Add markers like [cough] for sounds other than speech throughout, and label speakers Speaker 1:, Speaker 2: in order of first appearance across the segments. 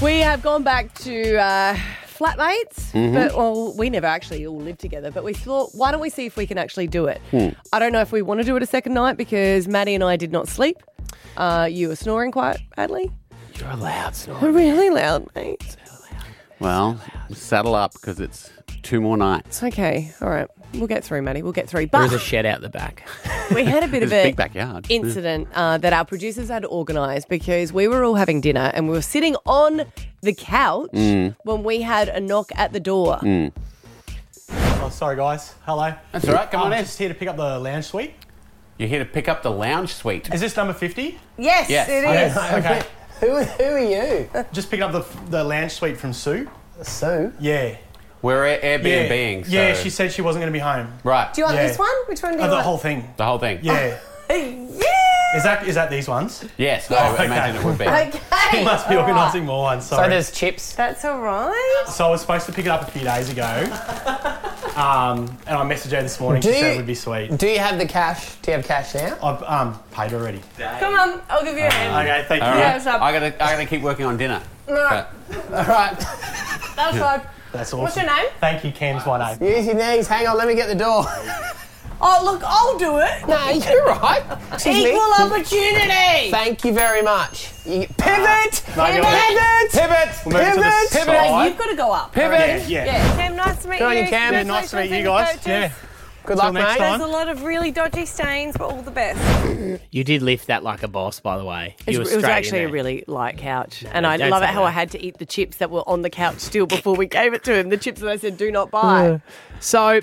Speaker 1: We have gone back to uh, flatmates, but well, we never actually all lived together. But we thought, why don't we see if we can actually do it? I don't know if we want to do it a second night because Maddie and I did not sleep. Uh, you were snoring quite badly,
Speaker 2: You're allowed, Snor.
Speaker 1: really loud, mate.
Speaker 2: Well, saddle up because it's two more
Speaker 1: It's
Speaker 2: nights.
Speaker 1: okay. All right, we'll get through, Maddie. We'll get through.
Speaker 3: There is a
Speaker 1: But
Speaker 3: shed out the back.
Speaker 1: [laughs] we had a bit of
Speaker 2: [laughs] There's a
Speaker 1: a
Speaker 2: big backyard.
Speaker 1: incident uh, that our producers had organised because we were all having dinner and we were sitting on the couch when we had a knock at the door.
Speaker 4: Oh, sorry, guys. Hello.
Speaker 2: That's all right, come
Speaker 4: I'm
Speaker 2: on in.
Speaker 4: just here to pick up the lounge suite.
Speaker 2: You're here to pick up the lounge suite.
Speaker 4: Is this number 50?
Speaker 5: Yes,
Speaker 2: Yes.
Speaker 5: it
Speaker 2: Okay.
Speaker 5: is.
Speaker 4: Okay.
Speaker 5: [laughs] Who, who are you?
Speaker 4: Just picking up the, the lounge suite from Sue.
Speaker 5: Sue.
Speaker 4: Yeah.
Speaker 2: We're at
Speaker 4: Yeah.
Speaker 2: Airbnb.
Speaker 4: Yeah,
Speaker 2: so-
Speaker 4: she said she wasn't going to be home.
Speaker 2: right.
Speaker 5: Do you want
Speaker 4: Yeah.
Speaker 5: this one? Which one do you
Speaker 4: Oh, the
Speaker 5: want?
Speaker 4: whole thing.
Speaker 2: the whole thing.
Speaker 5: [laughs]
Speaker 4: Yeah.
Speaker 5: yeah.
Speaker 4: Is that is that
Speaker 5: [laughs]
Speaker 4: these ones?
Speaker 2: Yes, I
Speaker 4: okay.
Speaker 2: imagine it would be.
Speaker 4: He
Speaker 5: Okay.
Speaker 4: must be
Speaker 5: All right.
Speaker 4: organising more ones.
Speaker 3: So
Speaker 4: Sorry.
Speaker 3: there's chips.
Speaker 5: That's all right.
Speaker 4: So I was supposed to pick it up a few days
Speaker 5: [laughs]
Speaker 4: ago, um, and I messaged her this morning.
Speaker 5: Do
Speaker 4: she said
Speaker 5: you-
Speaker 4: it would be sweet.
Speaker 5: Do you have the cash? Do you have cash now?
Speaker 4: I've um, paid already.
Speaker 5: Come on, I'll give you a hand.
Speaker 4: Okay, thank you.
Speaker 2: All right.
Speaker 5: it's up.
Speaker 2: I gotta, I gotta keep working on dinner.
Speaker 5: Alright. Alright. That's right.
Speaker 4: That's awesome.
Speaker 5: What's your name?
Speaker 4: Thank you, Cam's one A.
Speaker 5: Use your knees. Hang on, let me get the [laughs] door.
Speaker 1: Oh, look, I'll do it.
Speaker 5: no, you're right. Excuse me.
Speaker 1: Equal opportunity.
Speaker 5: Thank you very much. You, pivot!
Speaker 4: No, you're-
Speaker 5: pivot!
Speaker 2: Pivot.
Speaker 4: We'll move it to the
Speaker 5: Pivot!
Speaker 4: side.
Speaker 1: No, you've got to go up.
Speaker 2: Pivot.
Speaker 4: Yeah.
Speaker 5: Yeah.
Speaker 6: Cam, nice to meet
Speaker 5: Good on
Speaker 6: you.
Speaker 5: you, Cam.
Speaker 4: Yeah, nice to meet you guys. Yeah.
Speaker 5: Good luck,
Speaker 4: next
Speaker 5: mate.
Speaker 4: time.
Speaker 6: There's a lot of really dodgy stains, but all the best.
Speaker 3: You did lift that like a boss, by the way. You
Speaker 1: It
Speaker 3: were
Speaker 1: was,
Speaker 3: straight in
Speaker 1: actually
Speaker 3: there.
Speaker 1: a really light couch, and I
Speaker 3: don't
Speaker 1: love it
Speaker 3: say
Speaker 1: how
Speaker 3: that.
Speaker 1: I had to eat the chips that were on the couch still before we gave it to him. The chips that I said do not buy.
Speaker 3: So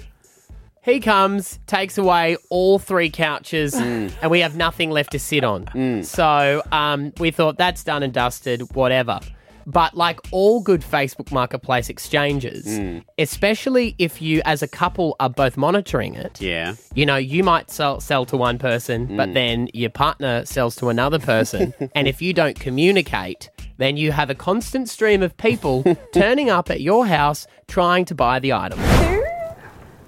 Speaker 3: he comes, takes away all three couches, and we have nothing left to sit on. So um, we thought that's done and dusted, whatever. But like all good Facebook Marketplace exchanges, especially if you as a couple are both monitoring it,
Speaker 2: Yeah.
Speaker 3: you know, you might sell, sell to one person, but then your partner sells to another person. and if you don't communicate, then you have a constant stream of people turning up at your house trying to buy the item.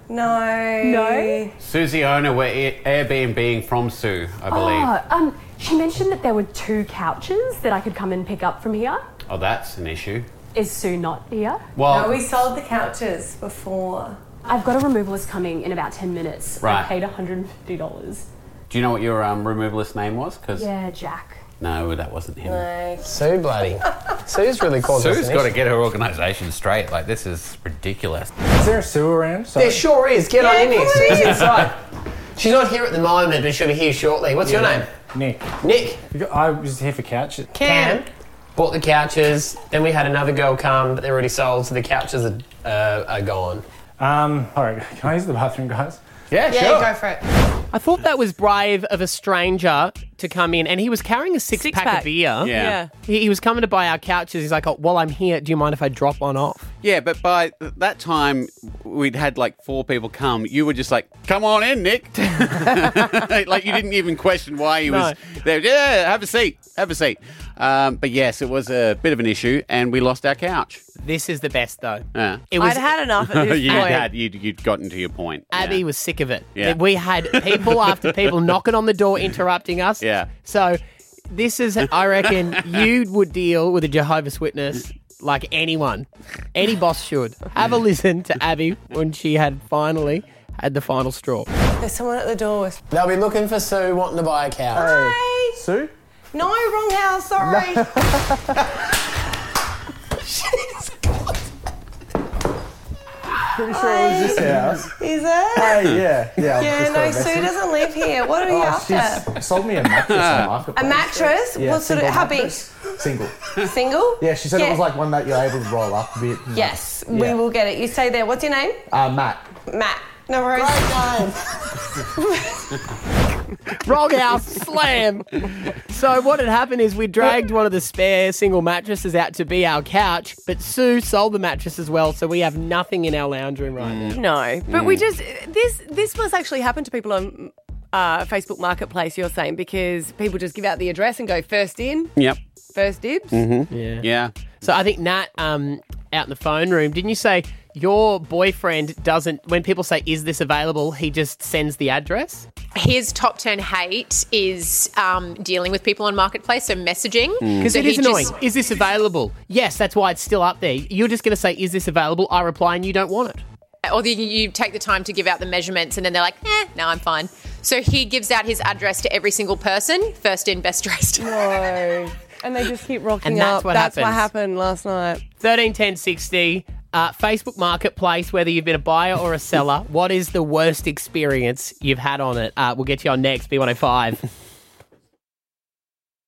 Speaker 5: No.
Speaker 6: No.
Speaker 2: Susie Owner, we're Air- Airbnbing from Sue, I believe.
Speaker 7: Oh, um, she mentioned that there were two couches that I could come and pick up from here.
Speaker 2: Oh, that's an issue.
Speaker 7: Is Sue not here?
Speaker 2: Well,
Speaker 5: We sold the couches before.
Speaker 7: I've got a removalist coming in about 10 minutes.
Speaker 2: Right.
Speaker 7: I paid $150.
Speaker 2: do you know what your um, removalist name was? Because
Speaker 7: Yeah, Jack.
Speaker 2: no, that wasn't him.
Speaker 5: Sue bloody. Sue's really called
Speaker 2: Sue's got to get her organisation straight. Like this is ridiculous.
Speaker 8: Is there a sewer around?
Speaker 5: There sure is. Get on in here. Sue's inside. She's not here at the moment, but she'll be here shortly. What's your name?
Speaker 8: Nick.
Speaker 5: Nick.
Speaker 8: I was here for couch.
Speaker 5: Cam. Bought the couches. Then we had another girl come, but they're already sold, so the couches are, uh, are gone.
Speaker 8: Um, all right, can I use the bathroom, guys?
Speaker 2: Yeah,
Speaker 5: go for it.
Speaker 3: I thought that was brave of a stranger to come in, and he was carrying a six, pack,
Speaker 1: Six-pack.
Speaker 3: of beer.
Speaker 2: Yeah.
Speaker 1: Yeah.
Speaker 3: He, he was coming to buy our couches. He's like, oh, while I'm here, do you mind if I drop one off?
Speaker 2: Yeah, but by th- that time we'd had like four people come. You were just like, "Come on in, Nick." [laughs] like you didn't even question why he was there. Yeah, have a seat, have a seat. Um, but yes, it was a bit of an issue, and we lost our couch.
Speaker 3: This is the best, though.
Speaker 2: Yeah.
Speaker 3: It was,
Speaker 1: I'd had enough
Speaker 3: [laughs]
Speaker 1: at this
Speaker 2: [laughs] you
Speaker 1: point.
Speaker 2: had you'd, you'd gotten to your point.
Speaker 3: Abby
Speaker 2: Yeah.
Speaker 3: was sick of it.
Speaker 2: Yeah.
Speaker 3: We had
Speaker 2: [laughs]
Speaker 3: people after people knocking on the door, interrupting us.
Speaker 2: Yeah.
Speaker 3: So this is, I reckon, you would deal with a Jehovah's Witness like anyone, any boss should. Have a listen to Abby when she had finally had the final straw.
Speaker 5: There's someone at the door. They'll be looking for Sue, wanting to buy a couch.
Speaker 8: Sue?
Speaker 5: No, wrong house. Sorry.
Speaker 1: [laughs]
Speaker 8: Pretty sure it was this house.
Speaker 5: Is it?
Speaker 8: [laughs] Hey, yeah, yeah. I've just got a message.
Speaker 5: doesn't live here. What are you
Speaker 8: [laughs] Oh, she's sold me a mattress on Marketplace.
Speaker 5: A mattress?
Speaker 8: Yeah,
Speaker 5: what sort of,
Speaker 8: single
Speaker 5: how big?
Speaker 8: mattress. Single.
Speaker 5: Single?
Speaker 8: Yeah, she said
Speaker 5: Yeah.
Speaker 8: it was like one that you're able to roll up a bit.
Speaker 5: Yes,
Speaker 8: Yeah.
Speaker 5: we will get it. You stay there. What's your name?
Speaker 8: Uh, Matt.
Speaker 5: Matt. No worries.
Speaker 3: Wrong house, slam. So what had happened is we dragged one of the spare single mattresses out to be our couch, but Sue sold the mattress as well, so we have nothing in our lounge room
Speaker 2: Mm.
Speaker 3: right
Speaker 1: No,
Speaker 3: now.
Speaker 1: but we just this this must actually happen to people on uh, Facebook Marketplace. You're saying because people just give out the address and go first in,
Speaker 2: Yep.
Speaker 1: first dibs.
Speaker 2: Yeah.
Speaker 3: So I think Nat, um, out in the phone room, didn't you say your boyfriend doesn't, when people say, is this available, he just sends the address?
Speaker 9: His top 10 hate is um, dealing with people on Marketplace, so messaging.
Speaker 8: Mm.
Speaker 3: Because
Speaker 9: So
Speaker 3: it is
Speaker 9: he just-
Speaker 3: annoying. Is this available? Yes, that's why it's still up there. You're just going to say, is this available? I reply, and you don't want it.
Speaker 9: or you, you take the time to give out the measurements and then they're like, eh, no, I'm fine. So he gives out his address to every single person, first in, best dressed.
Speaker 1: No. And they just keep rocking
Speaker 3: And that's
Speaker 1: up.
Speaker 3: what
Speaker 1: that's what
Speaker 3: happens.
Speaker 1: happened last night.
Speaker 3: 13, 10, 60, uh, Facebook Marketplace, whether you've been a buyer or a seller, what is the worst experience you've had on it? Uh, we'll get you on next, B105.